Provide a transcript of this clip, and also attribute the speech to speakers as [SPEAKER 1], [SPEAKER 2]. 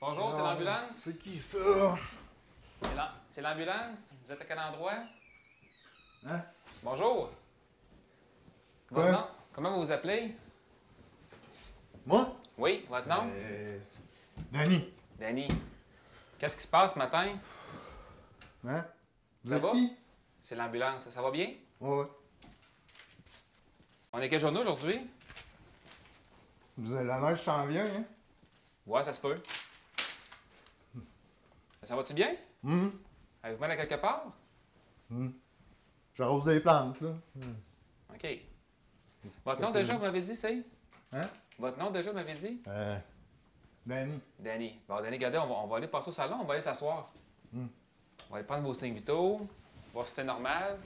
[SPEAKER 1] Bonjour, c'est
[SPEAKER 2] Ah,
[SPEAKER 1] l'ambulance.
[SPEAKER 2] C'est qui ça?
[SPEAKER 1] C'est l'am- C'est l'ambulance. Vous êtes à quel endroit?
[SPEAKER 2] Hein?
[SPEAKER 1] Bonjour. Votre
[SPEAKER 2] Ouais.
[SPEAKER 1] nom? Comment vous vous appelez?
[SPEAKER 2] Moi?
[SPEAKER 1] Oui, votre nom?
[SPEAKER 2] Euh, Danny.
[SPEAKER 1] Danny. Qu'est-ce qui se passe ce matin?
[SPEAKER 2] Hein? Vous
[SPEAKER 1] Ça
[SPEAKER 2] êtes
[SPEAKER 1] va?
[SPEAKER 2] qui?
[SPEAKER 1] C'est l'ambulance. Ça va bien?
[SPEAKER 2] Ouais, ouais.
[SPEAKER 1] On est quel journée aujourd'hui?
[SPEAKER 2] Vous avez la neige s'en vient, hein?
[SPEAKER 1] Ouais, ça se peut. Ça va-tu bien?
[SPEAKER 2] Hum.
[SPEAKER 1] Avez-vous mal à quelque part?
[SPEAKER 2] J'arrose des plantes, là.
[SPEAKER 1] OK. Votre nom déjà, vous m'avez dit, c'est?
[SPEAKER 2] Hein?
[SPEAKER 1] Votre nom déjà, vous m'avez dit?
[SPEAKER 2] Euh, Danny.
[SPEAKER 1] Danny. Bon, Danny, regardez, on va, on va
[SPEAKER 2] Hmm.
[SPEAKER 1] aller passer au salon, on va aller s'asseoir. On va aller prendre vos signes vitaux, voir si c'est normal.